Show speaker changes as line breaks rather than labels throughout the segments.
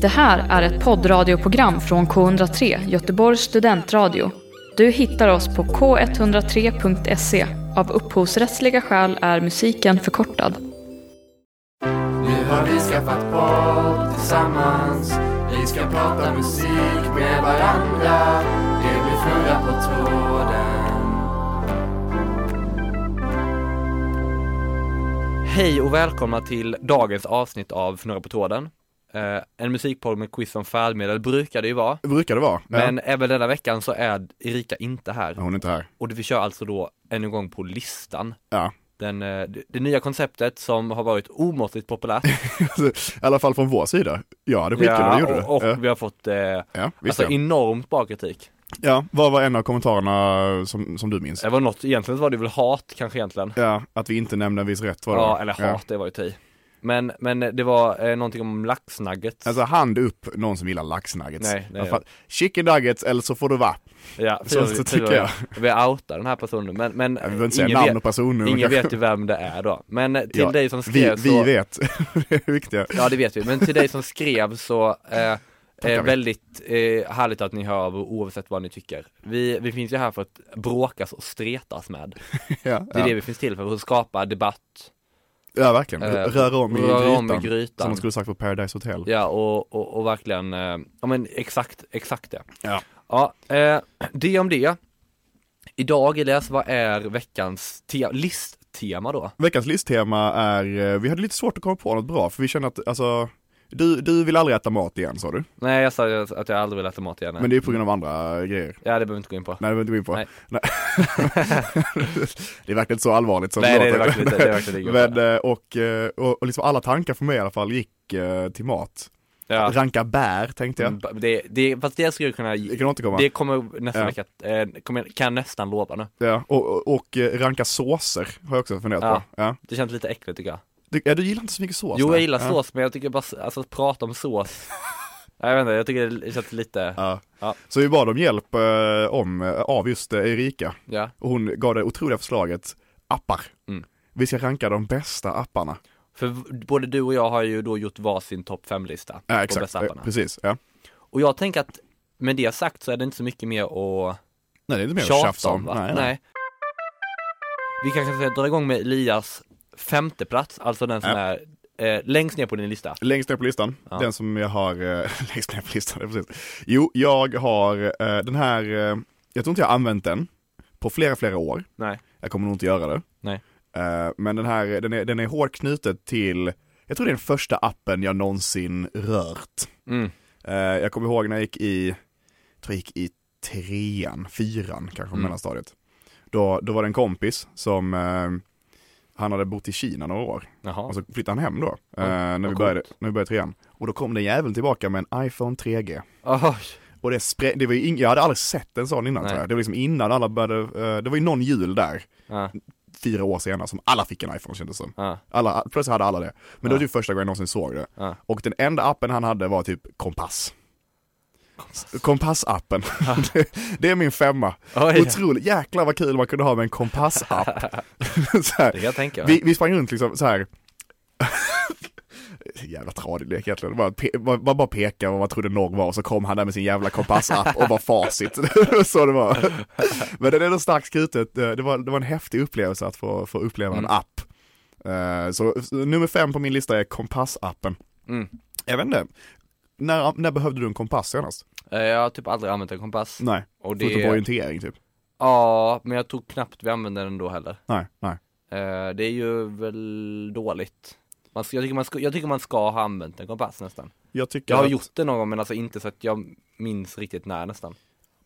Det här är ett poddradioprogram från K103, Göteborgs studentradio. Du hittar oss på k103.se. Av upphovsrättsliga skäl är musiken förkortad.
Nu har vi skaffat podd tillsammans Vi ska prata musik med varandra Det blir fnurra på tråden
Hej och välkomna till dagens avsnitt av Fnurra på tråden. Eh, en musikpodd med quiz om färdmedel brukar det ju vara,
brukar det vara.
men även denna veckan så är Erika inte här.
Ja, hon är inte här.
Och vi kör alltså då än en gång på listan.
Ja.
Den, eh, det, det nya konceptet som har varit omåttligt populärt.
I alla fall från vår sida. Ja, det är skitkul ja, det gjorde
och,
du.
och
Ja,
vi har fått eh,
ja, visst
alltså,
ja.
enormt bra kritik.
ja, vad var en av kommentarerna som, som du minns?
Det var något, egentligen var det väl hat kanske egentligen.
Ja, att vi inte nämnde en viss rätt var det
Ja,
va?
eller hat, det var ju ti. Men, men det var eh, någonting om laxnuggets.
Alltså hand upp någon som gillar laxnuggets.
Nej, nej.
I alla fall, Chicken nuggets eller så får du va.
Ja,
Så-
fyra-
så tycker
fyra-
jag.
Vi outar den här personen, men, men
Jag vill inte säga
ingen,
namn
vet,
och person nu.
ingen
kanske.
vet ju vem det är då. Men eh, till
Ja,
dig som
vi,
skrev så,
vi vet, det är viktiga.
ja det vet vi, men till dig som skrev så, eh, eh,
vi.
väldigt eh, härligt att ni hör av er oavsett vad ni tycker. Vi, vi finns ju här för att bråkas och stretas med.
Ja,
Det är
ja.
det vi finns till för, för att skapa debatt,
ja verkligen.
Eh,
Röra om i
röra om i
grytan.
grytan.
Som de skulle sagt på Paradise Hotel.
ja och, och, och verkligen, eh, ja men exakt, exakt det.
Ja.
Ja, eh, det om det. Idag Elias, vad är veckans te- listtema då?
Veckans listtema är, eh, vi hade lite svårt att komma på något bra för vi kände att, alltså, du, du vill aldrig äta mat igen sa du,
Nej jag sa ju att jag aldrig vill äta mat igen.
men det är på grund av andra eh, grejer.
Ja det behöver vi inte gå in på.
Nej det behöver vi inte gå in på.
Nej.
Nej. det är verkligen inte så allvarligt som
Nej det är det
låter.
verkligen inte, det är verkligen inte.
Men, eh, och, eh, och, och liksom alla tankar för mig i alla fall gick eh, till mat.
ja.
Ranka bär tänkte jag.
Mm, det, det, fast det skulle jag kunna,
Det kan återkomma.
det kommer nästa
Ja.
vecka, eh, kommer, kan jag nästan lova nu.
Ja. Och, och, och eh, ranka såser har jag också funderat
Ja.
på. Ja.
Det känns lite äckligt tycker jag.
Du, ja, du gillar inte så mycket sås?
Jo
nej.
jag gillar
ja.
sås men jag tycker bara, s- alltså att prata om sås. Nej, jag vet inte, jag tycker det känns lite,
Ja.
Ja.
Så vi bad om hjälp eh, om, eh, av just eh, Erika.
ja.
Och hon gav det otroliga förslaget appar.
Mm.
Vi ska ranka de bästa apparna.
För v- både du och jag har ju då gjort varsin topp 5-lista
Ja,
på
exakt.
bästa
Eh,
apparna.
precis. Ja.
Och jag tänker att med det sagt så är det inte så mycket mer att
Nej, det är inte mer att
tjata
tjafsa
om
om.
va? Nej. Vi kanske ska dra igång med Elias femte plats, alltså den som
Ja.
är eh, längst ner på din lista.
Längst ner på listan,
Ja.
den som jag har, eh, längst ner på listan, ja, precis. Jo, jag har eh, den här, eh, jag tror inte jag har använt den på flera, flera år.
Nej.
Jag kommer nog inte göra det.
Nej.
Eh, men den här, den är, den är hårt knuten till, jag tror det är den första appen jag någonsin rört.
Mm.
Eh, jag kommer ihåg när jag gick i, jag tror jag gick i trean, fyran kanske,
Mm.
mellanstadiet. Då, då var det en kompis som, eh, han hade bott i Kina några år.
Jaha.
Och så flyttade han hem då, eh, när, vi
vad
började,
coolt.
när vi började trean. Och då kom den jäveln tillbaka med en iPhone 3G.
Oj.
Och det, sprä- det var ju ing- jag hade aldrig sett en sån innan
Nej.
tror jag. Det var liksom innan alla började, eh, det var ju någon jul där,
Ja,
fyra år senare, som alla fick en iPhone kändes det som.
ja.
Alla, plötsligt hade alla det. Men det
Ja.
var typ första gången jag någonsin såg det.
Ja.
Och den enda appen han hade var typ kompass.
Kompass.
Kompassappen. det, det är min femma.
Oj.
Otroligt, jäklar vad kul man kunde ha med en kompassapp. så
Det
här.
kan jag tänka mig.
Vi, vi sprang runt liksom så här. jävla tradig lek egentligen. Bara, pe- man, man bara pekade vad man trodde norr var och så kom han där med sin jävla kompassapp och var facit. Det var så det var. Men det är ändå starkt skutet. Det var, det var en häftig upplevelse att få, få uppleva
Mm.
en app. Eh, Så så nummer fem på min lista är kompassappen.
Mm.
Jag vet inte. När, när behövde du en kompass senast?
Eh, Jag har typ aldrig använt en kompass.
Nej,
Och
förutom på
det,
orientering typ.
ja, men jag tror knappt vi använder den då heller.
Nej, nej.
Eh, Det är ju väl dåligt. Man ska, jag, tycker man ska, jag tycker man ska ha använt en kompass nästan.
Jag tycker
Jag har
att-
gjort det någon gång men alltså inte så att jag minns riktigt när nästan.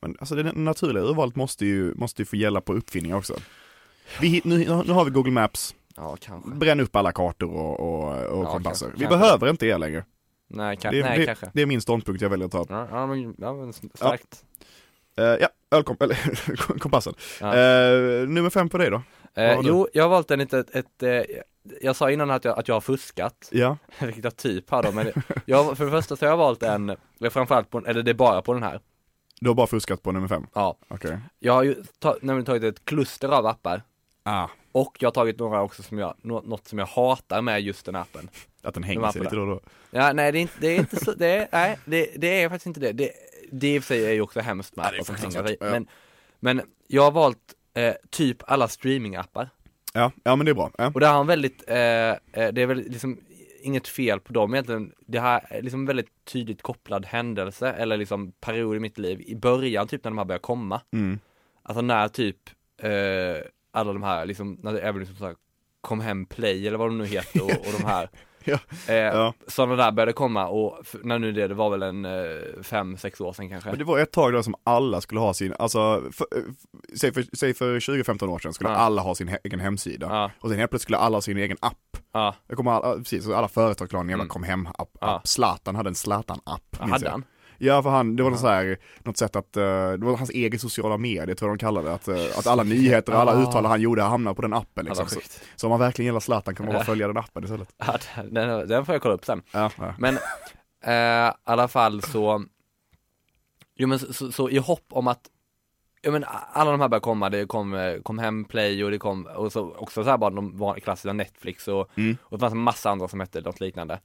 Men alltså det naturliga urvalet måste ju, måste ju få gälla på uppfinningar också. Vi, hit- nu, nu har vi Google Maps,
Ja, kanske.
bränn upp alla kartor och, och, och
Ja,
kompasser.
kanske.
vi
Kanske.
behöver inte er längre.
Nej, ka-
Det, är-
nej
det,
kanske.
det är min ståndpunkt jag väljer att ta.
Ja, ja, men, ja, men starkt.
Eh, ja, ölkom, eller kompassen.
Ja.
Eh, nummer fem på dig då?
eh,
har du?
jo, jag har valt en litet, ett, eh, jag sa innan att jag, att jag har fuskat,
Ja,
vilket jag typ har då, men jag, för det första så har jag valt en, eh, framförallt på, eller det är bara på den här.
du har bara fuskat på nummer fem.
Ja,
Okej.
jag har ju ta, nämligen tagit ett kluster av appar
Ah.
Och jag har tagit några också som jag, nå- något som jag hatar med just den appen.
Att den
De
hänger
här
sig
på
lite då och då.
Ja, nej det är inte, det är inte så, det är, nej det, det är faktiskt inte det. Det, det i och för sig är ju också hemskt med
Ja, det är
appar som
fruktansvärt,
hänger i.
ja.
Men, men jag har valt eh, typ alla streamingappar.
Ja, ja men det är bra. Ja.
Och där har han väldigt, eh, eh, det är väl liksom inget fel på dem egentligen. Det här är liksom en väldigt tydligt kopplad händelse eller liksom period i mitt liv i början typ när de här börjar komma.
Mm.
Alltså när typ eh, alla de här liksom, när det även liksom så här, kom hem play eller vad de nu heter och, och de här.
Ja.
Eh,
Ja.
Sådana där började komma och f- när nu det, det var väl en eh, fem, sex år sedan kanske.
Men det var ett tag då som alla skulle ha sin, alltså, för, för, säg för, säg för 20-15 år sedan skulle
Ja.
alla ha sin he- egen hemsida.
Ja.
Och sen helt plötsligt skulle alla ha sin egen app.
Ja,
Jag kommer alla, precis, så alla företag skulle ha en jävla kom hem-app.
Mm. Ja.
app. Zlatan hade en Zlatan-app. minns
hade
jag. Liksom
han?
Ja, för han, det var något, så här, något sätt att, eh, det var hans egen sociala medier tror jag de kallade det. Att, eh, att alla nyheter och alla
Ah.
uttal han gjorde hamnade på den appen.
Ja,
Liksom.
vad
Så,
sjukt.
så om man verkligen gillar Zlatan kan man bara följa den appen istället.
Ja, den, den får jag kolla upp sen.
Ja, ja.
Men eh, i alla fall så, jo men så, så, så i hopp om att, ja men alla de här började komma, det kom, eh, kom hem play och det kom, och så också så här bara de vanliga klassiska Netflix och,
Mm.
och det fanns en massa andra som hette något liknande.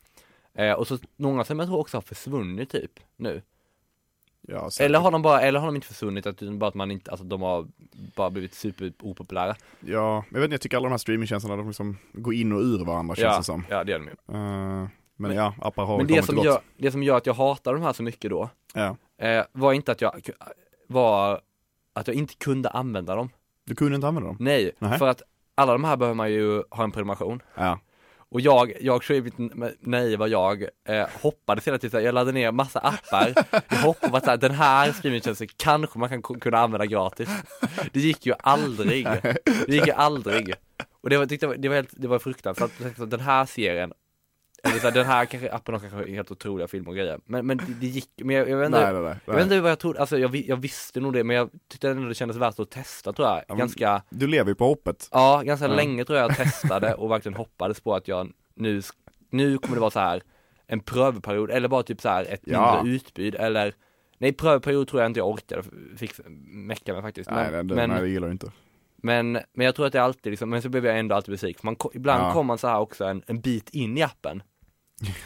Eh, och så många som jag tror också har försvunnit typ nu.
ja säkert.
Eller har de bara, eller har de inte försvunnit, utan bara att man inte, alltså de har bara blivit superopopulära.
Ja, jag vet inte, jag tycker alla de här streamingtjänsterna, de liksom går in och ur varandra känns
ja,
det som.
ja det gör de ju.
Eh, men, ja, appar har
Men
väl
det
kommit
som,
och gått.
gör, det som gör att jag hatar de här så mycket då,
Ja.
eh, var inte att jag var att jag inte kunde använda dem.
Du kunde inte använda dem?
Nej,
Nähä.
för att alla de här behöver man ju ha en prenumeration.
Ja.
Och jag, jag tror i mitt n- naiva jag, eh, hoppades hela tiden, jag laddade ner massa appar, jag hoppades att så här, den här streamingtjänsten kanske man kan k- kunna använda gratis. Det gick ju aldrig, det gick ju aldrig. Och det var, tyckte, jag var- det var, helt, det var fruktansvärt, Jag tänkte så här, den här serien, eller så här, den här kanske, appen har kanske helt otroliga filmer och grejer. Men, men det, det gick, men jag, jag vet inte,
Nej, nej, nej.
jag vet inte vad jag trodde, alltså jag, vi- jag visste nog det men jag tyckte ändå det kändes värt att testa tror jag.
men-
Ganska,
Du lever ju på hoppet.
ja ganska
Ja.
länge tror jag jag testade och verkligen hoppades på att jag nu, sk- nu kommer det vara så här en prövperiod eller bara typ så här ett
Ja.
mindre utbud eller Nej prövperiod tror jag inte jag orkade, f- fick mecka med faktiskt. Men,
nej, nej, det,
men,
nej, det gillar du inte.
men, men jag tror att det är alltid liksom, men så blev jag ändå alltid besviken. Man ko- Ibland
Ja.
kom man så här också en, en bit in i appen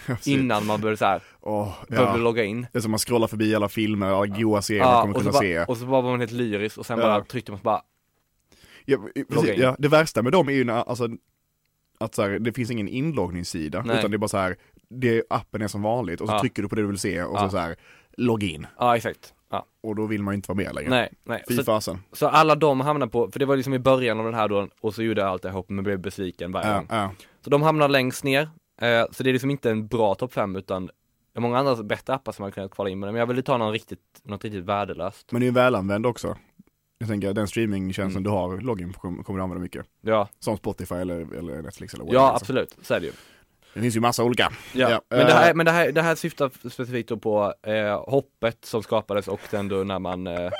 Precis.
innan man började så här,
Åh,
behövde
ja.
logga in.
Det är som man scrollar förbi alla filmer, alla goa serier man
Ja,
kommer
och, så
kunna
bara,
se.
och så bara var man helt lyrisk och sen
Ja.
bara tryckte man så bara
Ja, precis,
Logga in.
ja, det värsta med dem är ju när, alltså, att så här, det finns ingen inloggningssida,
Nej.
utan det är bara så här, det, appen är som vanligt och så
Ja.
trycker du på det du vill se och
Ja.
så, så här, logg in.
Ja exakt. Ja.
Och då vill man ju inte vara med längre.
Nej, nej.
Fy
Så,
fasen.
så alla de hamnar på, för det var liksom i början av den här då och så gjorde jag allt det här ihop men blev besviken varje
Ja,
gång.
ja.
Så de hamnar längst ner, eh, så det är liksom inte en bra topp 5 utan det är många andra bättre appar som man kan kvala in med men jag ville ta någon riktigt, något riktigt värdelöst.
Men det är ju välanvänd också. Jag tänker, den streamingtjänsten
Mm.
du har login på kommer kommer du använda mycket.
Ja,
Som Spotify eller, eller Netflix eller whatever,
ja
liksom.
absolut, så är det ju.
Det finns ju massa olika.
Ja.
Ja,
Men, det här,
eh,
men det, här, det här syftar specifikt då på eh, hoppet som skapades och sen då när man eh,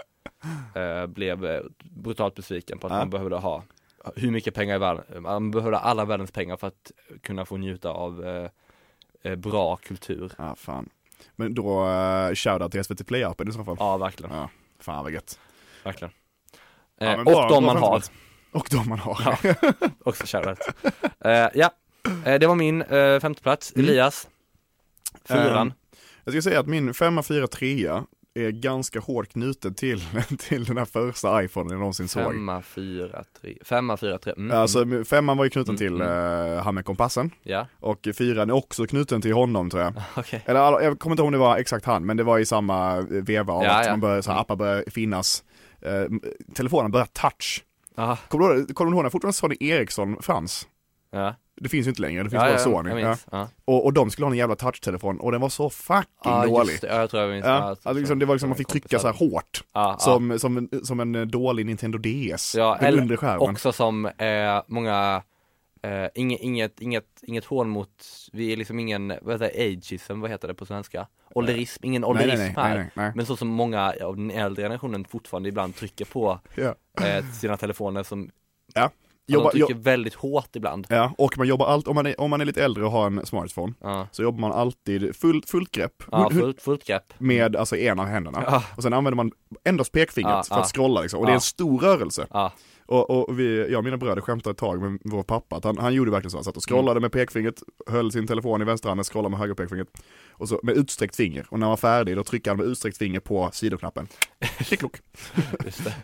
eh, blev eh, brutalt besviken på att
Ja.
man behövde ha hur mycket pengar i världen, man behövde alla världens pengar för att kunna få njuta av eh, eh, bra kultur.
Ja, fan. Men då, uh, shoutout till SVT Play-appen i så fall.
Ja, verkligen,
Ja. Fan vad gött.
verkligen. Eh,
Ja, men
och
bra- bra
de man har,
skämt. Och de man har.
Ja. också shoutout. eh, ja, eh, det var min eh, femte plats.
Mm.
Elias, fyran.
Ehm, Jag ska säga att min 5 4 3 är ganska hårt knuten till, till den här första iPhonen jag någonsin såg.
femma, fyra, tre, femma, fyra, tre. Mm,
Alltså femman var ju knuten
Mm,
till
mm.
eh, han med kompassen
ja,
och fyran är också knuten till honom tror jag.
okej.
Eller alla- jag kommer inte ihåg om det var exakt han, men det var i samma eh, veva av
Ja,
att
ja. Mm.
man börjar, så här, appar börjar finnas. Eh, telefonen börjar touch.
Aha,
Kommer du ihåg, kommer du ihåg när fortfarande Sony Ericsson fanns?
ja.
Det finns ju inte längre, det finns bara Sony.
jag
Ja.
minns. Ja.
Och, och de skulle ha en jävla touchtelefon och den var så fucking
Ja,
dålig.
just det. Ja, jag tror jag minns.
Ja, alltså liksom, det var liksom man fick trycka så här hårt.
Ja, ja.
Som, som, en, som en eh, dålig Nintendo DS.
Ja,
den
eller-
undre skärmen.
Också som eh, många, eh, inget, inget, inget, inget hån mot, vi är liksom ingen, vad heter det, ageism, vad heter det på svenska? Ålderism, ingen
nej,
ålderism
nej,
här.
nej, nej, nej.
Men så som många av den äldre generationen fortfarande ibland trycker på
Ja.
eh, sina telefoner som
Ja. Jobba-
de trycker väldigt hårt ibland.
Ja, och man jobbar allt, om man, är, om man är lite äldre och har en smartphone,
Ja.
så jobbar man alltid full, fullt grepp,
Ja,
hu- hu-
fullt, fullt grepp.
med alltså ena händerna.
Ja.
Och sen använder man endast pekfingret
Ja,
för att
ja.
scrolla liksom. Och det är
Ja.
en stor rörelse.
Ja.
Och, och vi, jag och mina bröder skämtade ett tag med vår pappa, att han, han gjorde verkligen så, han satt och scrollade med pekfingret, höll sin telefon i vänsterhanden, scrollade med höger pekfingret, och så med utsträckt finger. Och när han var färdig, då tryckte han med utsträckt finger på sidoknappen. Klick-klock.
Just det.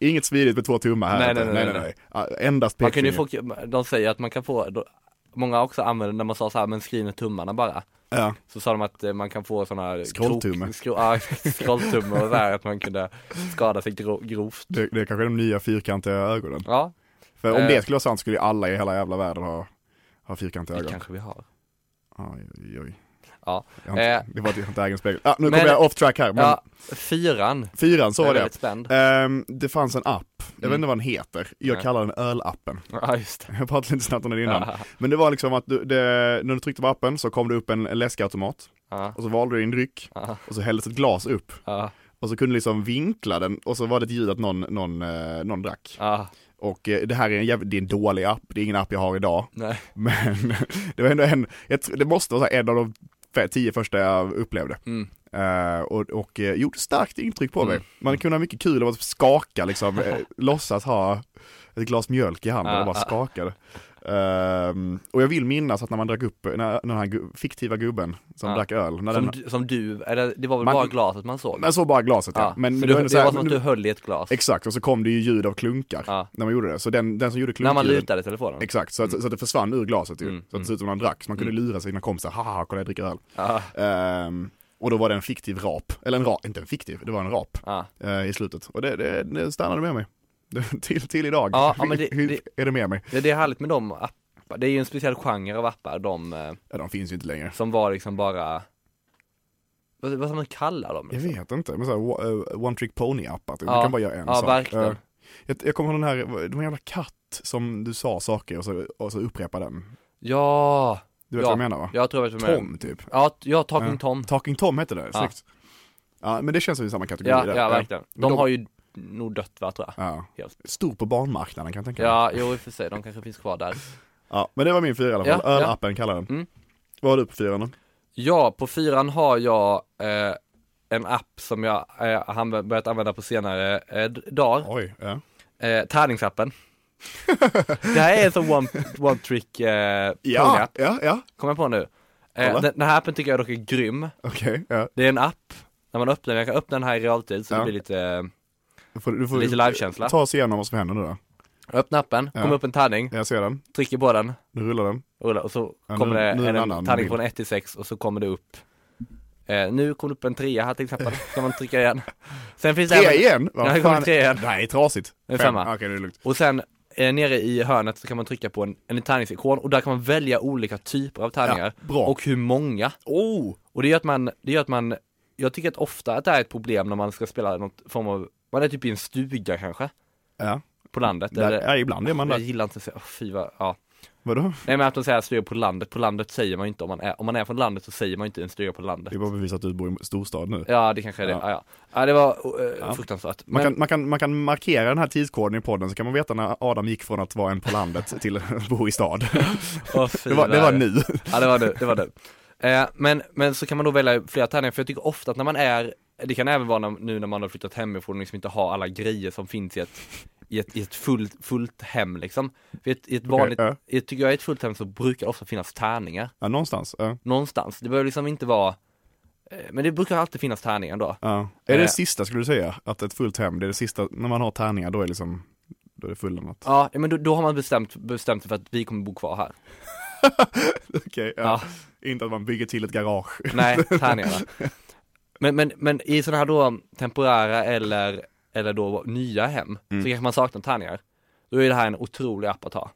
Inget smidigt med två tummar här.
Nej,
inte.
nej, nej,
Ja, Endast
Man kan ju
pekfingret.
få, de säger att man kan få, då- många också använder när man sa så här, men skriv med tummarna bara.
Ja.
Så sa de att eh, man kan få sådana här
Scrolltumme.
krok- skro- Ja, scrolltumme och där att man kunde skada sig gro- grovt.
Det, det är kanske de nya fyrkantiga ögonen.
Ja,
För om
Eh.
det skulle vara sant skulle ju alla i hela jävla världen ha, ha fyrkantiga
det
ögon.
kanske vi har.
Aj, oj, oj.
Ja.
Jag har inte,
Eh.
Det var inte- jag har inte egen spegel. Ah, nu
Men-
kommer jag off track här, men
Ja, fyran.
fyran, så
Jag är
var det.
väldigt spänd.
Ehm, det fanns en app, jag vet
Mm.
inte vad den heter, jag
Nej.
kallar den ölappen.
Ja, just det.
Jag pratade lite snabbt om den innan.
Ja,
Men det var liksom att du, det, när du tryckte på appen så kom det upp en läskautomat,
ja,
och så valde du din dryck,
ja,
och så hälldes ett glas upp.
ja,
Och så kunde du liksom vinkla den, och så var det ett ljud att någon, någon, eh, någon drack.
ja,
Och eh, det här är en, jävla, det är en dålig app, det är ingen app jag har idag.
nej,
Men det var ändå en, jag tror, det måste vara så här en av de fe- tio första jag upplevde.
mm,
Eh, och och eh, gjorde starkt intryck på
Mm.
mig. Man kunde ha mycket kul av att skaka liksom, eh, låtsas ha ett glas mjölk i handen och
Ah,
bara
ah.
skakade. Ehm, och jag vill minnas att när man drack upp, när, när den här gu- fiktiva gubben som
Ah.
drack öl, när
som,
den,
du- som du, eller det var väl
Man-
bara glaset man såg?
men så bara glaset ja.
ja,
Men, men
så
det
Ah, du,
var ändå
det
så här,
var som att
men
du
du,
höll i ett glas,
exakt, och så kom det ju ljud av klunkar
Ja.
när man gjorde det. Så den, den som gjorde
när man
klunkljuden,
lutade telefonen.
Exakt, så att, så att det försvann ur glaset ju.
Mm,
Så att det såg ut som man drack, så man kunde lura sina kompisar, haha, kolla jag dricker öl.
Ja,
Ehm, och då var det en fiktiv rap, eller en rap, inte en fiktiv, det var en rap
ja.
eh, i slutet. Och det, det, det stannade med mig. till, till idag
Ja, ja, men det-
Hur
det-
är det med mig.
Det, det är härligt med de appar, det är ju en speciell genre av appar, de eh,
Ja, de finns ju inte längre.
som var liksom bara vad, vad ska man kalla dem?
Jag
Liksom?
vet inte, men såhär eh, one trick pony appar typ.
Ja.
du kan bara göra en
Ja,
sak.
verkligen.
Eh, jag, jag kommer ihåg den här, de jävla katt som du sa saker och så, och så upprepar den.
Ja,
Du vet
Ja.
vad jag menar va?
jag tror jag vet vad du menar.
Tom typ.
Ja, t- ja, Talking
Ja.
Tom.
Talking Tom hette det,
Ja.
snyggt. Ja, men det känns som i samma kategori
Ja,
där.
ja, verkligen.
men
De
de-
har ju nog dött va, tror jag.
Ja.
Helt.
Stor på barnmarknaden kan jag tänka mig. Ja.
Ja, jo i och för sig, de kanske finns kvar där.
men det var min fyra i alla fall.
Ja, ja.
Ölappen kallar jag den.
Mm.
Vad har du på fyran då?
Ja, på fyran har jag eh, en app som jag eh, anv- börjat använda på senare eh, d- dagar.
Oj, ja.
Eh, tärningsappen. det här är en sån one, one trick eh,
Ja,
app
ja, ja.
kommer jag på nu. Eh,
Kolla.
den, den här appen tycker jag dock är grym.
Okej, ja.
Det är en app, när man öppnar den, jag kan öppna den här i realtid så
Ja.
det blir lite eh,
Du får, du får
Lite livekänsla.
Ta oss igenom vad som händer nu då.
Öppna appen,
Ja.
kommer upp en tärning,
Jag ser den,
trycker på den
nu rullar den.
och rullar. och så
Ja,
kommer
nu-
det
nu är det
en,
en annan
tärning
bild.
från 1 till 6 och så kommer det upp eh, Nu kom det upp en trea här till exempel, kan man trycka igen. Sen finns det
Tre
även,
igen?
Ja, det kommer tre igen.
Nej, trasigt.
Det är femma.
Okej, det är lugnt.
och sen eh, nere i hörnet så kan man trycka på en, en tärningsikon och där kan man välja olika typer av tärningar
Ja, bra.
och hur många.
Oh!
Och det gör att man, det gör att man, jag tycker att ofta att det här är ett problem när man ska spela något form av, man är typ i en stuga kanske,
Ja,
på landet.
där,
eller,
ja ibland är man
jag
där.
gillar inte att säga, oh, fy vad, ja.
Vadå?
Nej men att de säger stuga på landet, på landet säger man ju inte om man är, om man är från landet så säger man ju inte en stuga på landet
Det är bara bevis att du bor i en storstad nu.
Ja det kanske är det,
Ja.
ja ja, ja det var eh,
Ja.
fruktansvärt men,
Man, kan, man, kan, man kan markera den här tidskoden i podden så kan man veta när Adam gick från att vara en på landet till att bo i stad.
åh, fy,
Det var, det var
vad är
nu.
Ja det var du, det var du eh, men, men så kan man då välja flera tärningar för jag tycker ofta att när man är, det kan även vara när, nu när man har flyttat hemifrån och liksom inte har alla grejer som finns i ett i ett, i ett fullt, fullt hem liksom. För i ett, i ett vanligt,
ja.
i, tycker jag i ett fullt hem så brukar det ofta finnas tärningar
Ja, någonstans. Ja.
någonstans. Det behöver liksom inte vara, eh, men det brukar alltid finnas tärningar ändå.
Ja. Är det
Eh.
det sista skulle du säga? Att ett fullt hem, det är det sista, när man har tärningar då är liksom, då är det fullämnat.
Ja, men då, då har man bestämt, bestämt sig för att vi kommer bo kvar här.
Okej, ja. Inte att man bygger till ett garage.
Nej, tärningarna. Men, men, men i sådana här då temporära eller, eller då nya hem,
Mm.
så kanske man saknar tärningar. Då är det här en otrolig app att ha.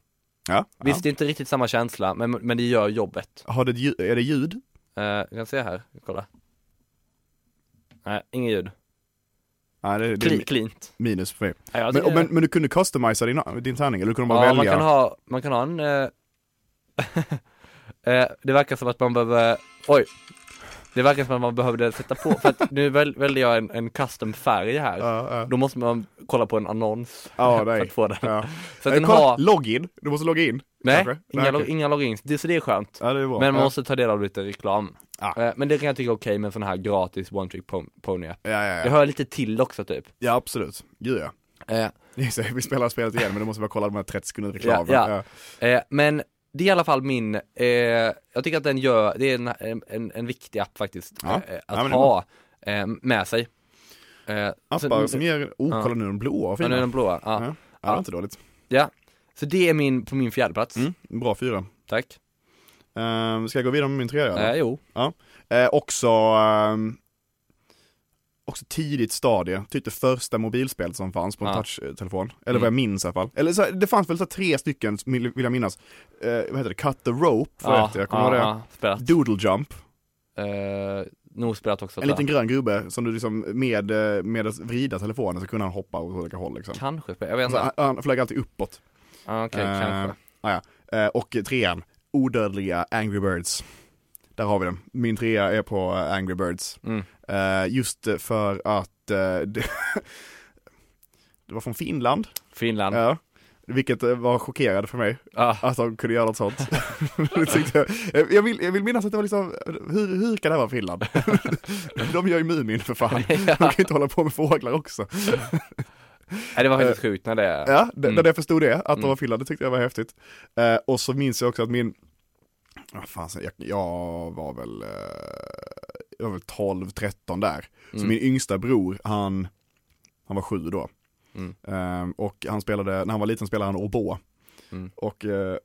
Ja.
Visst, det är inte riktigt samma känsla, men, men det gör jobbet.
ja. Har det, ett ljud- är det ljud?
Eh, jag kan se här, kolla. Nej, inget ljud.
Nej, det, det är
Clean,
mi-
cleant.
minus för mig.
Ja, jag
Men,
tycker-
men, men du kunde customisa din, din tärning, eller du kunde bara
ja, man
välja?
kan ha, man kan ha en... eh, eh, det verkar som att man behöver, oj. Det verkar som att man behövde sätta på, för att nu väl, väljer jag en, en custom färg här.
Ja,
Då måste man kolla på en annons
ja,
för
nej.
att få den.
Ja.
Så att
Eh,
den
kolla,
har,
Login, du måste logga in.
nej,
kanske?
inga,
Nej,
log-
okej.
inga logins, det, så det är skönt.
Ja, det är bra.
Men man
Ja.
måste ta del av lite reklam.
Ja.
Eh, Men det kan jag tycka är okej med en sån här gratis one trick pon- pony app.
Ja, ja,
Det
ja.
hör lite till också typ. Eh,
ja absolut. Gud ja. Just det, Vi spelar spelet igen men då måste vi bara kolla de här 30 sekunder reklamen.
Ja, ja. Eh, Men det är i alla fall min, eh, jag tycker att den gör, det är en, en- en, en viktig app faktiskt
Ja.
eh,
Ja,
att
men det är
ha eh, med sig. Eh,
Appar som ger, oh
Ja.
kolla nu de blåa och
Ja,
fina.
nu är den blåa. Ja.
Ja, ja, det är inte dåligt.
ja. Så det är min, på min fjärde plats.
Mm, bra fyra.
Tack.
Ehm, ska jag gå vidare med min tredje? eller?
Eh, jo.
Eh, också, ehm, också tidigt stadie, typ det första mobilspelet som fanns på en
Ja. Mm.
touchtelefon. Eller vad jag minns i alla fall. Eller så, här, det fanns väl så här tre stycken, vill vill jag minnas. Eh, vad heter det? Cut the rope, ja, jag kommer ihåg
ja, spelat.
det. Doodle jump,
Eh, nog spelat också.
en
tror jag.
liten grön gubbe som du liksom med, eh, med att vrida telefonen så kunde han hoppa åt olika håll liksom.
Kanske spelat, jag vet
Alltså,
inte.
han, han flög alltid uppåt.
Ah, Okej,
Eh,
kanske.
ah, ja. Eh, och trean, odödliga Angry Birds. Där har vi den. Min trea är på eh, Angry Birds.
Mm.
Eh, just eh, för att eh, det, det var från Finland,
Finland.
ja. vilket eh, var chockerande för mig,
Ah.
att de kunde göra något sånt. Det tyckte jag, Eh, jag, vill, jag vill minnas att det var liksom, hur, hur kan det här vara Finland? de gör ju Mumin för fan, de kan ju inte hålla på med fåglar också.
Nej, det var faktiskt sjukt när det...
Eh. Ja, d-
Mm.
när jag förstod det, att de
Mm.
var Finland, det tyckte jag var häftigt. Eh, och så minns jag också att min, vad fan, säger jag, jag var väl, eh, jag var väl 12-13 där. Så
Mm.
min yngsta bror, han, han var sju då.
Mm.
Eh, och han spelade, när han var liten spelade han oboe.
Mm.
Och, eh,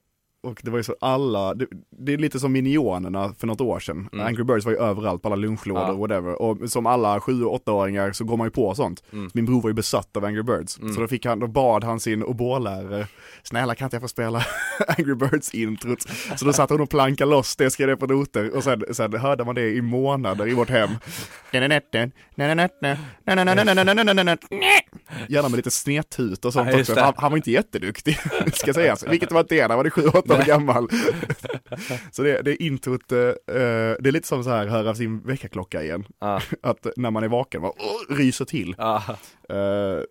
och det var ju så alla, det, det är lite som minionerna för något år sedan.
Mm.
Angry Birds var ju överallt på alla lunchlådor
Ja.
och whatever. Och som alla sju och åttaåringar så går man ju på sånt.
Mm.
Så min bror var ju besatt av Angry Birds.
Mm.
Så då, fick han, då bad han sin oboe-lärare, snälla kan inte jag få spela Angry Birds-introt? Så då satt hon och plankade loss det, skrev det på noter och sen, sen hörde man det i månader i vårt hem. Gärna med lite snedtut och sånt
Ja, just
också.
det.
Han, han var inte jätteduktig, ska sägas. Vilket var inte det, han var 7-8 år gammal. Så det, det är introt, eh, eh, det är lite som så här, höra sin väckarklocka igen.
Ja.
Att när man är vaken, man oh, ryser till.
Ja.
Eh,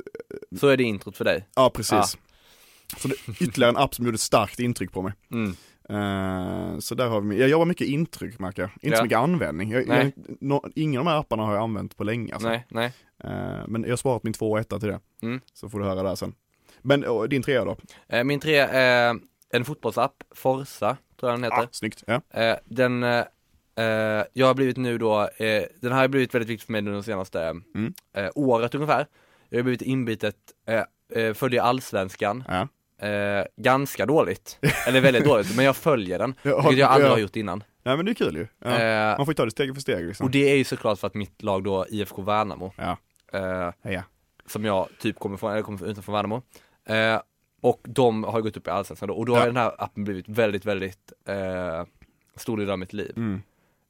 Så är det introt för dig.
Ja, precis. Så det, ytterligare en app som gjorde ett starkt intryck på mig.
Mm.
Eh, så där har vi, min- jag jobbar mycket intryck märker jag, inte
Ja.
så mycket användning. Jag,
Nej.
jag, no, ingen av de här apparna har jag använt på länge. Alltså.
Nej, nej.
Eh, men jag har sparat min två och etta till det.
Mm.
Så får du höra där sen. Men och, din trea då?
Eh, Min tre är en fotbollsapp, Forza, tror jag den heter.
Ah, snyggt. Ja.
Eh, Den, eh, eh, jag har blivit nu då, eh, den här har blivit väldigt viktig för mig nu de senaste
Mm.
eh, året ungefär. Jag har blivit inbitet, eh, eh, följer allsvenskan.
Ja.
Eh, ganska dåligt, eller väldigt dåligt, men jag följer den, vilket jag aldrig har gjort innan.
Nej men det är kul ju. Ja.
Eh,
Man får ju ta det steg för steg liksom.
och det är ju såklart för att mitt lag då, IFK Värnamo,
Ja.
eh,
Heja.
som jag typ kommer från, eller kommer utanför Värnamo. Eh, och de har ju gått upp i Allsvenskan då, och då har
Ja.
den här appen blivit väldigt, väldigt eh, stor del av mitt liv.
Mm.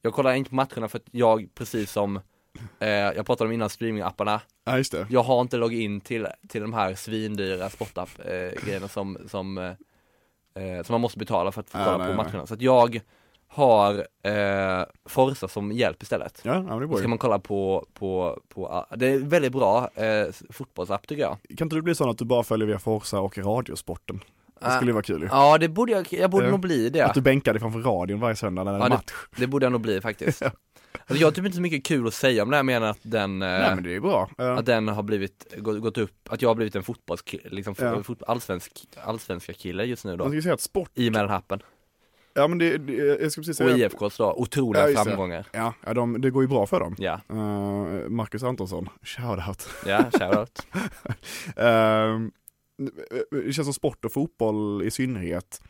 Jag kollar inte på matcherna för att jag, precis som eh, jag pratade om innan streamingapparna,
Ja just det.
jag har inte logg in till, till de här svindyra sportapp-grejerna som, som, eh, som man måste betala för att få
Ja,
kolla
nej,
på
nej.
matcherna. Så att jag har eh, Forza som hjälp istället.
Ja, ja men det är
Då
bra
ska
ju.
man kolla på, på, på det är en väldigt bra eh, fotbollsapp tycker jag.
Kan inte du bli sån att du bara följer via Forza och Radiosporten? Det
Ah.
skulle ju vara kul ju.
Ja det borde jag, jag borde
Ja.
nog bli det.
Att du bänkar dig framför radion varje söndag när det är
Ja, det-
match.
Det borde jag nog bli faktiskt. Alltså, jag har typ inte så mycket kul att säga om det här mer än att den, eh,
Nej men det är bra. Ja.
att den har blivit, gå- gått upp, att jag har blivit en fotbolls, liksom,
Ja.
fot, allsvensk, allsvenska kille just nu
Man
då.
ska ju säga att sport,
I och med den här appen.
ja men det, det jag ska precis
Och
säga att-
IFKs då, otroliga
Ja, just det.
framgångar.
Ja, ja, de, det går ju bra för dem.
Ja,
Eh, Marcus Antonsson, shoutout.
ja, shoutout.
Uh, det känns som sport och fotboll i synnerhet.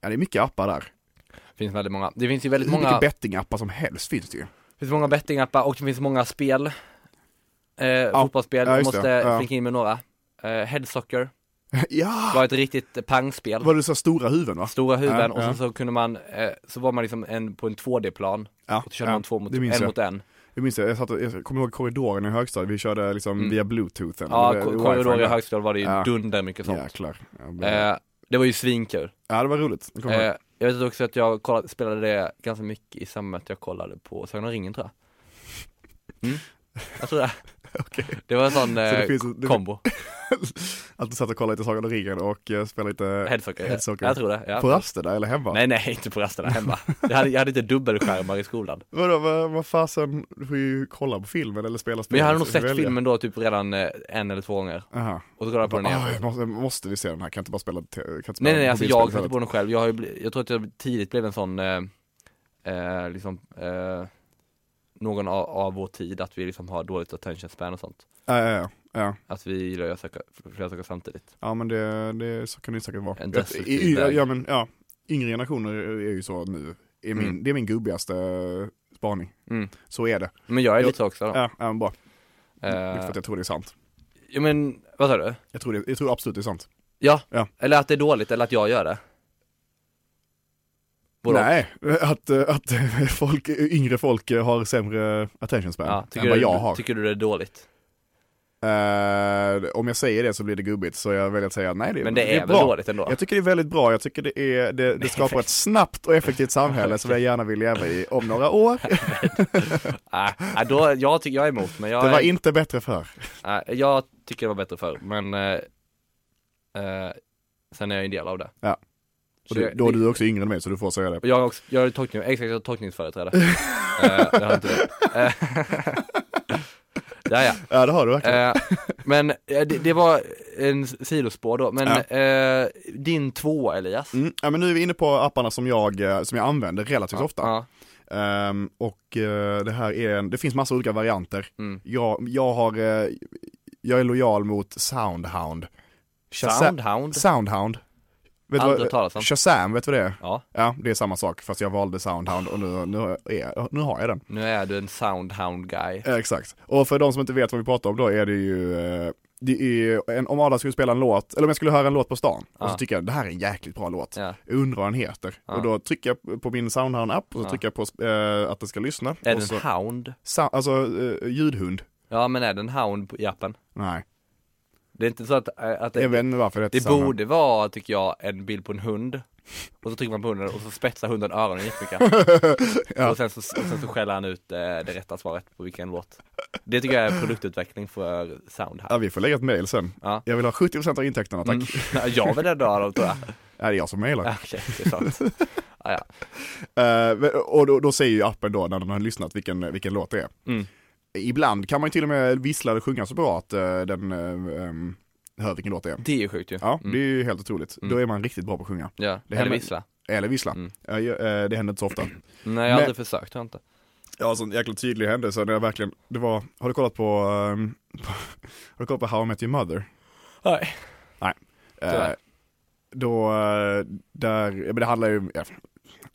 Ja, det är mycket appar där.
finns väldigt många. Det finns ju
Hur
väldigt många,
mycket bettingappar som helst finns det ju.
finns många bettingappar och det finns många spel. Eh, fotbollsspel,
ja,
jag
just det.
måste
Ja.
flika in med några. Eh, headsocker,
ja!
var ett riktigt eh, pangspel.
Var det så här stora huvuden va?
stora huvuden
Ja,
och
ja.
sen så kunde man, eh, så var man liksom en, på en 2D-plan
Ja,
och så körde man två mot,
det
en
minns jag.
mot en.
Jag minns det, jag, satt och, jag kommer ihåg korridoren i högstadiet, vi körde liksom
Mm.
via bluetoothen.
Ja,
Eller
ko-
wifi
korridorer i
där.
högskolan var det ju
Ja.
dunder mycket sånt.
Jäklar. Ja, bra.
Eh, det var ju svinkul.
ja, det var roligt. Det kommer jag ihåg.
Eh, Jag vet också att jag kollade, spelade det ganska mycket i samband med att jag kollade på Sagan om ringen tror jag. Mm. Jag tror det.
Okej.
Det var en sån
Så det
eh,
finns- det-
kombo,
Att du satt och kollade lite Sagan om ringen och eh, spelade lite
headsocker.
headsocker.
Jag tror det. Ja.
På rasterna eller hemma?
Nej nej, inte på rasterna hemma. Jag hade, jag hade inte dubbelskärmar i skolan.
Vadå, vad, vad fasen, du får ju kolla på filmen eller spela spelet.
Men jag hade nog
Du får
sett
välja.
filmen då typ redan eh, en eller två gånger.
Aha.
Och så kollade jag på den igen.
Ah, jag måste, måste vi se den här, kan jag inte bara spela, te- kan jag inte spela
Nej nej, nej alltså
mobilspel
jag
istället?
satte på den själv, jag, har ju bli, jag tror att jag tidigt blev en sån, eh, eh, liksom, eh, någon av, av vår tid, att vi liksom har dåligt attention span och sånt.
Ja, ja, ja, ja.
Att vi gillar att göra saker- flera saker samtidigt.
ja men det, det, så kan det ju säkert vara.
En
Jag-
destruktiv
i- i-
väg.
ja, men, ja, yngre generationer är ju så nu, är min,
Mm.
det är min gubbigaste spaning.
Mm.
Så är det.
Men jag är
Jo.
lite så också då.
Ja, ja men bra. Mycket för
Eh,
att jag tror det är sant.
ja men, vad sa du?
Jag tror, det, jag tror absolut det är sant.
Ja.
Ja.
eller att det är dåligt, eller att jag gör det. Både och.
Nej, att, eh, att folk, yngre folk eh, har sämre attention span
Ja,
än
tycker,
vad
du,
jag har.
tycker du det är dåligt?
Eh, om jag säger det så blir det gubbigt, så jag väljer att säga nej det,
Men det, är väl
bra.
dåligt ändå?
Jag tycker det är väldigt bra, jag tycker det, är, det, det skapar ett snabbt och effektivt samhälle som jag gärna vill leva i om några år.
Nej, nej, Äh, då, jag, tycker jag är emot, men jag,
Det var
är-
inte bättre förr.
nej, jag tycker det var bättre förr, men eh, eh, sen är jag en del av det.
Ja.
Så
Och du,
jag-
då är du också yngre än mig så du får säga det.
Och jag har också, jag har tolkning, exakt, jag har tolkningsföreträde. eh, jag har inte det. Eh, ja, ja.
Ja det har du verkligen.
Eh, men eh, det, det var en s- sidospår då, men eh, din tvåa Elias.
Mm. Ja, men nu är vi inne på apparna som jag, eh, som jag använder relativt ofta.
Ja,
Ehm, och eh, det här är en, det finns massa olika varianter.
Mm.
Jag, jag har, eh, jag är lojal mot Soundhound. Shazam-
Soundhound,
Soundhound. Vet du
Mm. aldrig
vad-
hört talas om.
Shazam, vet du vad det är?
Ja,
Ja, det är samma sak fast jag valde Soundhound och nu, nu, har, jag, nu har jag den.
nu är du en Soundhound guy.
Eh, Exakt. Och för de som inte vet vad vi pratar om då är det ju, eh, det är en, om Adam skulle spela en låt, eller om jag skulle höra en låt på stan, och
Ja.
så tycker jag det här är en jäkligt bra låt.
Ja.
Jag undrar vad den heter.
Ja.
Och då trycker jag på min Soundhound-app och så trycker jag på eh, att den ska lyssna.
Är
och
det
så,
en hound?
sa, alltså eh, ljudhund.
Ja men är det en hound på- i appen?
Nej,
Det är inte så att, eh, att
jag
det,
vet inte varför det heter
det
Soundhound.
borde vara tycker jag en bild på en hund och så trycker man på hunden och så spetsar hunden öronen jättemycket.
Ja.
Och sen så, och sen så skäller han ut eh, det rätta svaret på vilken låt. Det tycker jag är produktutveckling för
Ja,
Soundhound.
vi får lägga ett mail sen.
Ja.
Jag vill ha 70% av intäkterna
Mm.
tack.
jag vill ändå ha dem tror jag.
Ja, det är jag som mailar.
Ja, Okej, det är sant. Ja, ja.
Eh, och då, då säger ju appen då när den har lyssnat vilken, vilken låt det är.
Mm.
Ibland kan man ju till och med vissla eller sjunga så bra att eh, den eh, ehm, hör vilken låt det är.
Det är ju sjukt ju.
Ja,
Mm.
det är ju helt otroligt. Då är man riktigt bra på att sjunga.
ja.
det
Eller
händer-
vissla.
Eller vissla.
Mm.
Ja, ju- eh, det händer inte så ofta.
Nej, jag har
Men-
aldrig försökt, har jag inte.
Jag har en sån jäkla tydlig händelse när jag verkligen, det var, har du kollat på, ehm, har du kollat på How I Met Your Mother?
Nej.
Eh,
Tyvärr.
då, eh, där, ja, men det handlar ju, ja,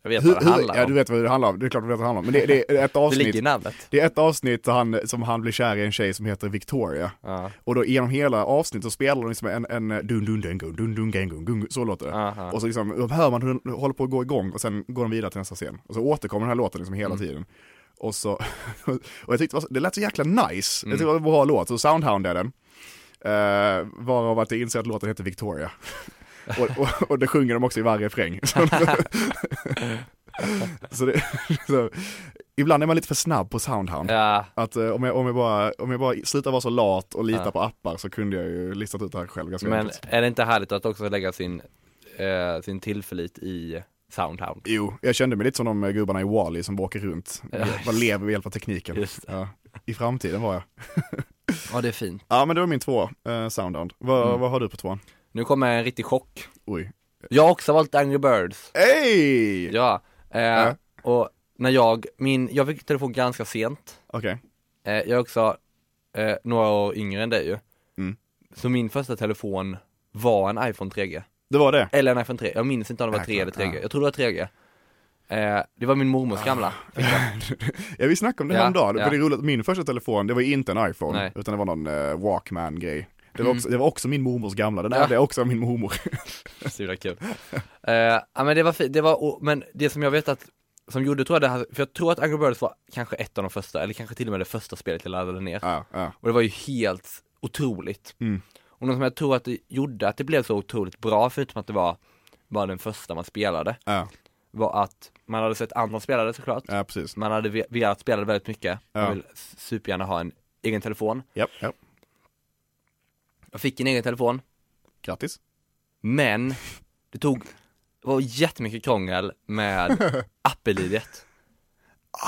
Jag vet
hur,
vad det
hur,
handlar
ja
om.
du vet vad det handlar om, det är klart du vet vad det handlar om, men det, det är ett
det
avsnitt
ligger i namnet.
Det är ett avsnitt där han, som han blir kär i en tjej som heter Victoria.
Ja.
Och då genom hela avsnittet så spelar de liksom en, en eh, dun dun dun dun dun dun dun dun dun så låter det.
Aha.
Och så liksom, då hör man hur den håller på att gå igång och sen går de vidare till nästa scen. Och så återkommer den här låten liksom hela tiden. Och så, och jag tyckte det var så- det lät så jäkla nice. Jag tyckte det var en bra låt, så Soundhound är den. Uh, varav att jag inser att låten heter Victoria. och, och, och det sjunger de också i varje refräng. Så, så, det, så ibland är man lite för snabb på Soundhound.
Ja,
Att eh, om, jag, om, jag bara, om jag bara slutar vara så lat och lita
Ja.
på appar så kunde jag ju listat ut det här själv ganska
men
enkelt.
är det inte härligt att också lägga sin, eh, sin tillförlit i Soundhound?
Jo, jag kände mig lite som de eh, gubbarna i Wall-E som bara åker runt.
Ja.
Vad lever med hjälp av tekniken.
Just
Ja. I framtiden var jag.
Ja, det är fint.
Ja men det var min tvåa, eh, Soundhound. Vad-
Mm.
Vad har du på tvåan?
Nu kommer en riktig chock.
Oj.
Jag har också valt Angry Birds.
Ey!
Ja. Eh,
Ja.
Och när jag, min, jag fick telefon ganska sent.
Okej.
Eh, jag är också eh, några år yngre än dig ju.
Mm.
Så min första telefon var en iPhone 3G.
Det var det.
Eller en iPhone 3, jag minns inte om det var
Ja,
3 eller
klart.
3G.
Ja.
Jag tror det var 3G. Eh, det var min mormors gamla.
ja vi snackade om det
Ja,
häromdagen,
ja.
för det är roligt att min första telefon, det var ju inte en iPhone,
Nej.
utan det var någon eh, Walkman-grej. Det var,
Mm.
också, det var också min mormors gamla, den
Ja.
ärvde jag också av min mormor.
Så jävla kul. Eh, ja men det var fint, det var, och- men det som jag vet att som gjorde tror jag det här, för jag tror att Angry Birds var kanske ett av de första, eller kanske till och med det första spelet jag laddade ner.
ja, ja.
Och det var ju helt otroligt.
Mm.
Och något som jag tror att det gjorde att det blev så otroligt bra, förutom att det var bara den första man spelade,
ja.
var att man hade sett andra spelare såklart.
Ja, precis.
Man hade ve- velat spela det väldigt mycket.
Ja.
Man vill supergärna ha en egen telefon.
Ja, ja.
Jag fick en egen telefon,
Grattis.
men det tog, det var jättemycket krångel med Apple-idet.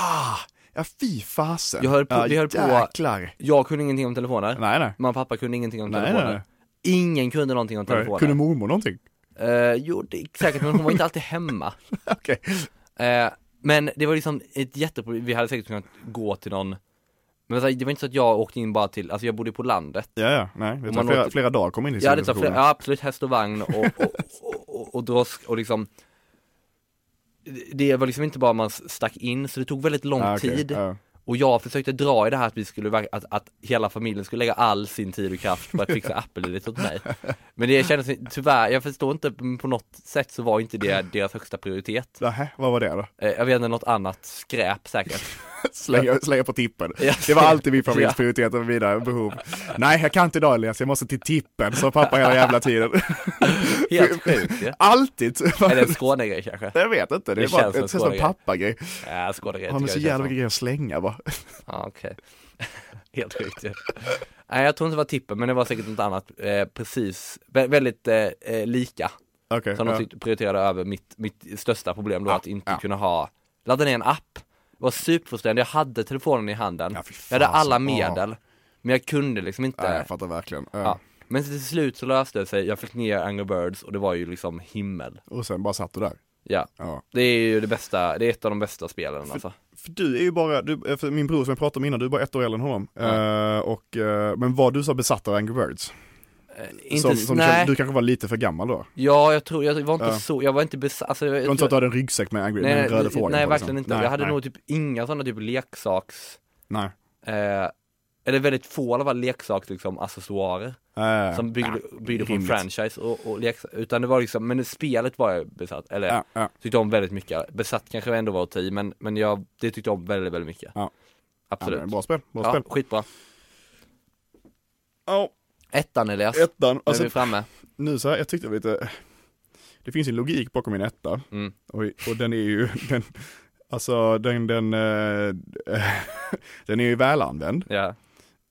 Ah, ja fy fasen.
Jag höll på-
ja,
vi höll på-
Jäklar.
Jag kunde ingenting om telefoner,
Nej, nej.
mamma och pappa kunde ingenting om
Nej,
telefoner.
nej,
Ingen kunde någonting om telefoner.
Kunde mormor någonting?
Eh, jo, det, säkert, men hon var inte alltid hemma.
Okej.
Eh, men det var liksom ett jätteproblem, vi hade säkert kunnat gå till någon men så här, det var inte så att jag åkte in bara till, alltså jag bodde på landet
Ja, ja, nej. Det tar
man
flera,
åkte-
flera dagar kom in i
Jag hade så här flera,
civilisationen.
ja, absolut häst och vagn och, och, och, och, och drosk och liksom det- Det var liksom inte bara man stack in, så det tog väldigt lång
Ja, Ah, okej,
tid
ja.
Och jag försökte dra i det här att vi skulle, verk- att, att hela familjen skulle lägga all sin tid och kraft på att fixa apple åt mig Men det kändes, tyvärr, jag förstår inte, men på något sätt så var inte det deras högsta prioritet
Nähä, vad var det då?
Eh, Jag vet inte, något annat skräp säkert.
Slänga, slänga på tippen.
Ja.
Det var alltid min
Ja.
familjs prioritet och mina behov. Nej, jag kan inte idag Elias, jag måste till tippen, sa pappa hela jävla tiden.
Helt sjukt ju.
Alltid!
Är det en Skånegrej kanske?
Jag vet inte, det
Det
är bara
känns som
en sån
Skånegrej.
pappagrej.
Ja, Skånegrej
Han är
tycker jag
så
det känns
jävla
som.
grej att slänga bara.
Ja, okej. Helt sjukt ju. Nej, jag tror inte det var tippen, men det var säkert något annat eh, precis, vä- väldigt eh, eh, lika.
Okej,
Som de
ja.
tyckte- prioriterade över mitt, mitt största problem då,
Ja,
att inte
ja.
kunna ha, ladda ner en app. Det var superfrustrerande, jag hade telefonen i handen.
Ja, fy
jag hade
fasen.
alla medel, men jag kunde liksom inte.
Nej, jag fattar verkligen. Ja.
ja. Men till slut så löste det sig, jag fick ner Angry Birds och det var ju liksom himmel.
Och sen bara satt du där.
Ja.
Ja.
Det är ju det bästa, det är ett av de bästa spelen alltså.
För du är ju bara, du, eh, för min bror som jag pratade om innan, du är bara ett år äldre än honom. Eh, och, eh, men var du så besatt av Angry Birds?
Eh, Inte,
som, som
nej,
kände- du kanske var lite för gammal då?
ja jag tror, jag var inte
Ja.
så, jag var inte besatt, alltså, jag,
Det var inte så att du hade en ryggsäck med Angry, med
nej,
en röd fråga
nej
på, liksom.
verkligen inte, jag hade
nej,
nog typ inga sådana typ leksaks,
Nej.
eh, eller väldigt få i alla fall leksaks liksom accessoarer
Eh,
som byggde, byggde på en
rimligt.
franchise och, och leks, utan det var liksom, men spelet var jag besatt, eller
ja, ja.
tyckte om väldigt mycket, besatt kanske jag ändå var att ta i men, men jag, det tyckte jag om väldigt väldigt mycket.
Ja.
Absolut.
Ja, men bra spel, bra
Ja,
spel.
skitbra.
Ja,
Ettan Elias, nu
ettan,
är vi
alltså
framme.
nu så här, jag tyckte det var lite, det finns ju en logik bakom min etta.
Mm.
Och, och den är ju, den, alltså den, den, eh, den är ju välanvänd.
Ja.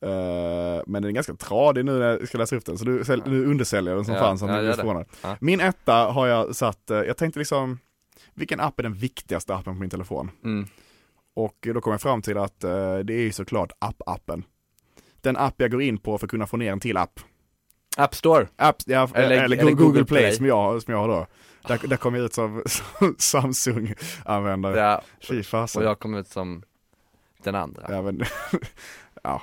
Eh, men den är ganska tradig nu när jag ska läsa upp den, så nu, säl- nu undersäljer jag den som
Ja,
fan så att
ja,
ni blir
gör det.
förvånade.
Ja.
Min etta har jag satt, eh, jag tänkte liksom, vilken app är den viktigaste appen på min telefon?
Mm.
Och då kom jag fram till att eh, det är ju såklart app-appen. Den app jag går in på för att kunna få ner en till app.
App Store.
App, ja, eller,
Eller-
eller,
eller
Google,
Google
Play,
Play.
Som, jag, har- som jag har då. Där, där kom jag ut som, som Samsung-användare.
Ja.
Fy fasen.
Och jag kom ut som den andra.
Ja, men, ja.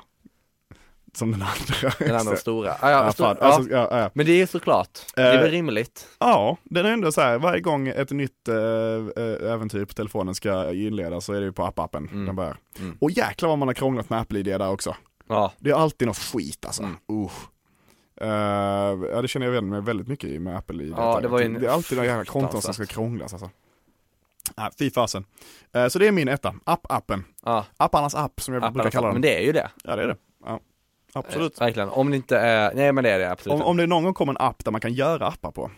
Som den andra.
Den andra stora. Ah, ja,
ja,
stor,
fan.
ja.
Alltså, ja, ja.
Men det är såklart, det är
Eh.
väl rimligt.
ja, den är ändå så här, varje gång ett nytt eh, eh, äventyr på telefonen ska inledas så är det ju på app-appen den börjar.
Mm.
Och jäklar vad man har krånglat med Apple-ID där också.
Ja,
Det är alltid något skit alltså.
Mm.
Usch. Eh, ja det känner jag igen mig väldigt mycket i med Apple i
Ja,
detta.
det var ju en
det är alltid de jävla konton som ska
fruktansvärt.
krånglas alltså. Ah, fy fasen. Eh, så det är min etta, app-appen.
ja.
Apparnas app som jag brukar
apparna.
kalla den.
Men det är ju det.
Ja det är det. Ja. Absolut.
Eh, Verkligen. Om det inte är, nej men det är det absolut.
Om, om det någon gång kommer en app där man kan göra appar på,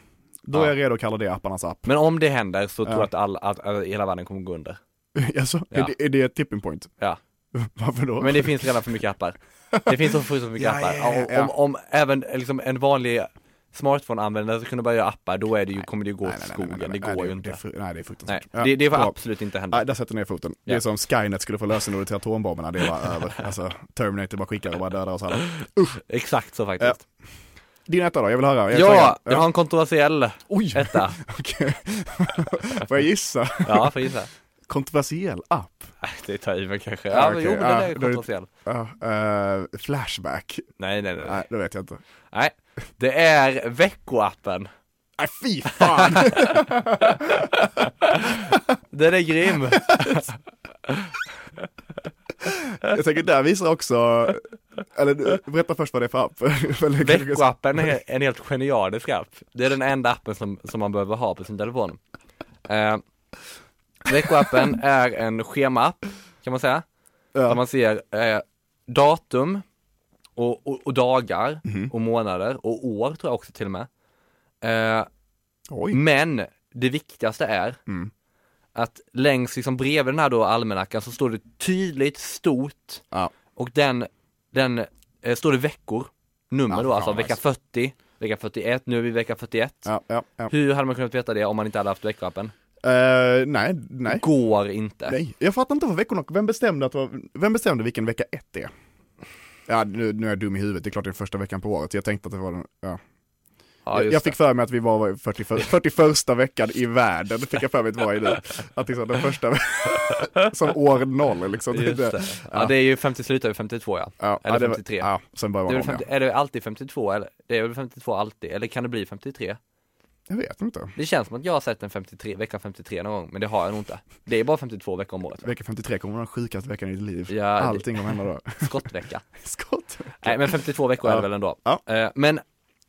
då
Eh, Ja.
är jag redo att kalla det apparnas app.
Men om det händer så tror
Ja.
jag att, all, att, att hela världen kommer gå under.
alltså, är,
Ja.
det, är det ett tipping point?
Ja.
Varför då?
Men det finns redan för mycket appar. Det finns så fruktansvärt mycket
Ja, ja,
appar.
ja, ja, ja.
Om, om även liksom, en vanlig smartphone-användare skulle börja göra appar, då är det ju, kommer det ju gå åt skogen. Det går ju
Det, är
inte.
fru- nej, det är
Nej,
fruktansvärt. Ja,
det, det får
bra.
absolut inte hända.
Nej, där sätter jag ner foten. Det är
Ja.
som Skynet skulle få lösenordet till atombomberna, det var över. Alltså, Terminator bara skickar och bara dödar oss alla.
Exakt så faktiskt.
Din etta då, jag vill höra. Jag
Ja,
frågar.
jag har en kontroversiell
Oj!
etta.
Okej. Får jag gissa?
Ja, får gissa.
Kontroversiell app?
Nej, Det tar i mig kanske.
Ja,
Ja, men
okej.
jo, men den är
Ja, då är det-
kontroversiell.
Ja, eh, flashback?
Nej, nej, nej.
Nej,
Nej,
det vet jag inte.
nej. det är veckoappen.
Nej, fy fan!
Den är grym.
jag tänker där visar också, eller du, berätta först vad det är för app. Eller-
Veckoappen är en helt genialisk app. Det är den enda appen som, som man behöver ha på sin telefon. Eh, veckoappen är en schemaapp, kan man säga. Där
ja.
man ser eh, datum och, och, och dagar och månader och år tror jag också till och med. Eh,
Oj.
men det viktigaste är
Mm.
att längs liksom bredvid den här då almanackan så står det tydligt stort
Ja.
och den, den eh, står det veckor, nummer
Ja,
då,
fan,
alltså vecka
nice.
40, vecka 41, nu är vi vecka 41.
Ja, ja, ja.
Hur hade man kunnat veta det om man inte hade haft veckoappen?
Eh, nej, nej.
Går inte.
Nej, jag fattar inte vad veckorna, vem bestämde, att, vem bestämde vilken vecka ett är? Ja, nu, nu är jag dum i huvudet, det är klart det är den första veckan på året, jag tänkte att det var den, ja.
Ja,
jag,
just
jag fick för mig att vi var 40, 41 veckan i världen, det fick jag för mig att vara i nu. Att liksom den första, som år noll liksom.
det. Just det. Ja. det är ju 50, slutar ju 52 ja.
Ja,
Eller
ja, det var-
53.
Ja, sen börjar
Det är,
man
väl
om, ja.
50, är det alltid 52 eller? Det är väl 52 alltid, eller kan det bli 53?
Jag vet inte.
Det känns som att jag har sett en 53, vecka 53 någon gång, men det har jag nog inte. Det är bara 52 veckor om året. va?
Vecka 53 kommer vara den sjukaste veckan i ditt liv.
Ja, det-
Allting kommer hända då.
Skottvecka.
Skott.
Nej men 52 veckor är det
Ja.
väl ändå.
Ja.
Eh, Men,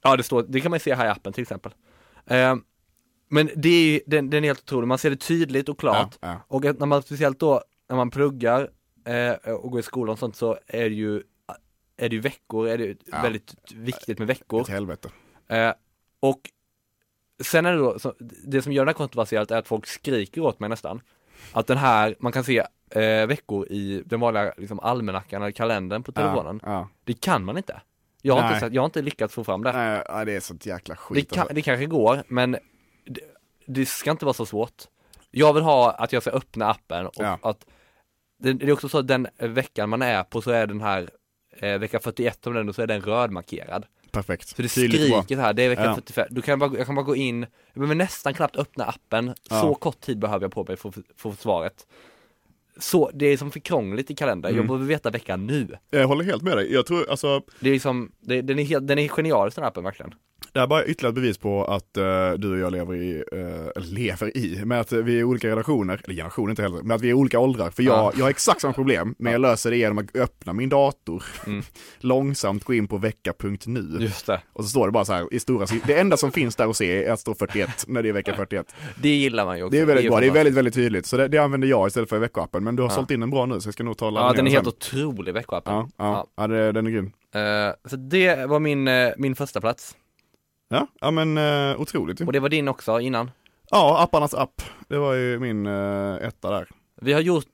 ja det står, det kan man ju se här i appen till exempel. Eh, Men det är ju, den, den är helt otrolig, man ser det tydligt och klart.
Ja, ja.
Och att när man speciellt då, när man pluggar eh, och går i skolan och sånt så är det ju, är det ju veckor, är det ju
Ja.
väldigt viktigt med veckor.
Ett helvete.
Eh, och sen är det då, så, det som gör det här kontroversiellt är att folk skriker åt mig nästan. Att den här, man kan se eh, veckor i den vanliga liksom, almanackan eller kalendern på telefonen.
Ja, ja.
Det kan man inte. Jag har, inte,
Nej.
sett, jag har inte lyckats få fram det.
Nej, ja, det är sånt jäkla skit.
det, kan,
alltså.
det kanske går, men det, det ska inte vara så svårt. Jag vill ha att jag ska öppna appen och
Ja.
att det, det är också så att den veckan man är på så är den här eh, vecka 41 om den och så är den rödmarkerad.
Perfekt.
Så det
Tydligt bra.
skriker här, det är vecka
Ja.
45, du kan jag bara, jag kan bara gå in, jag behöver nästan knappt öppna appen, så
Ja.
kort tid behöver jag på mig för att få- få svaret. Så det är som för krångligt i kalendern,
Mm.
jag behöver veta veckan nu.
Jag håller helt med dig. Jag tror, alltså,
Det är liksom, det, den, är helt, den är genial den här appen verkligen.
det här är bara ytterligare ett bevis på att eh, du och jag lever i, eh, eller lever i, med att vi är olika relationer, eller generationer inte heller, men att vi är olika åldrar. För jag,
Ja.
jag har exakt samma problem, men jag löser det genom att öppna min dator, långsamt gå in på vecka.nu.
Mm. Just det.
Och så står det bara så här i stora, det enda som finns där att se är att stå 41 när det är vecka 41.
Det gillar man ju också.
Det är väldigt bra, det är
fantastiskt.
väldigt, väldigt tydligt. Så det, det använder jag istället för veckoappen, men du har sålt in den bra nu så jag ska nog ta och ladda
Ja
ner
den är helt
sen.
otrolig veckoappen.
Ja, ja, ja. det, den är grym.
Eh, så det var min, eh, min första plats
Ja, ja men eh, otroligt ju.
och det var din också innan.
Ja, apparnas app. Det var ju min eh, etta där.
Vi har gjort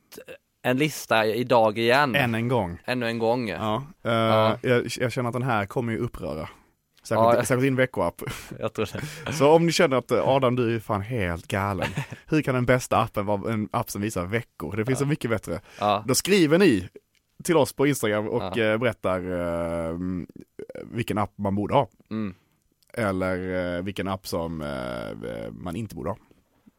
en lista idag igen,
Än en gång.
ännu en gång.
Ja, eh,
Mm. Ja.
Jag, jag känner att den här kommer ju uppröra. Särskilt,
Ja.
särskilt din veckoapp.
Jag tror det.
Så om ni känner att eh, Adam, du är fan helt galen. Hur kan den bästa appen vara en app som visar veckor? Det finns så mycket bättre.
Ja.
Då skriver ni till oss på Instagram och
Ja.
eh, berättar eh, vilken app man borde ha.
Mm.
Eller eh, vilken app som eh, man inte borde ha.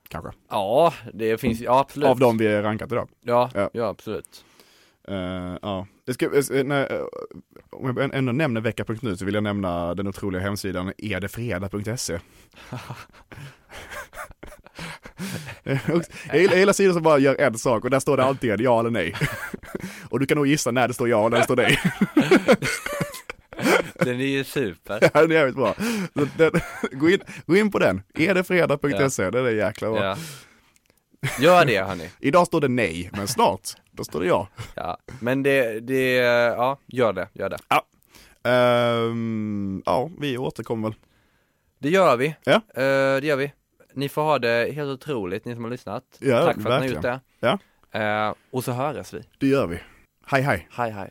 Kanske.
Ja, det finns ju, ja absolut.
Av de vi har rankat idag.
Ja, ja,
Ja.
absolut.
Eh, ja, det ska, eh, när, eh, om jag än- ändå nämner vecka.nu så vill jag nämna den otroliga hemsidan edefredag.se. jag, gillar, jag gillar sidor som bara gör en sak och där står det antingen ja eller nej. och du kan nog gissa när det står ja och när det står nej.
Den är ju super.
det är jävligt bra. Så Den, gå, in, gå in på den, edefredag.se, den är jäkla bra.
Ja. Gör det hörni.
Idag står det nej, men snart, då står det ja.
Ja. Men det, det, ja, gör det, gör det.
Ehm, ja, vi återkommer väl.
Det gör vi.
Ja.
Eh, det gör vi. Ni får ha det helt otroligt, ni som har lyssnat.
Ja,
Tack för att ni har
verkligen.
gjort det.
Ja.
Eh, och så hörs vi.
Det gör vi. Hej hej.
Hej hej.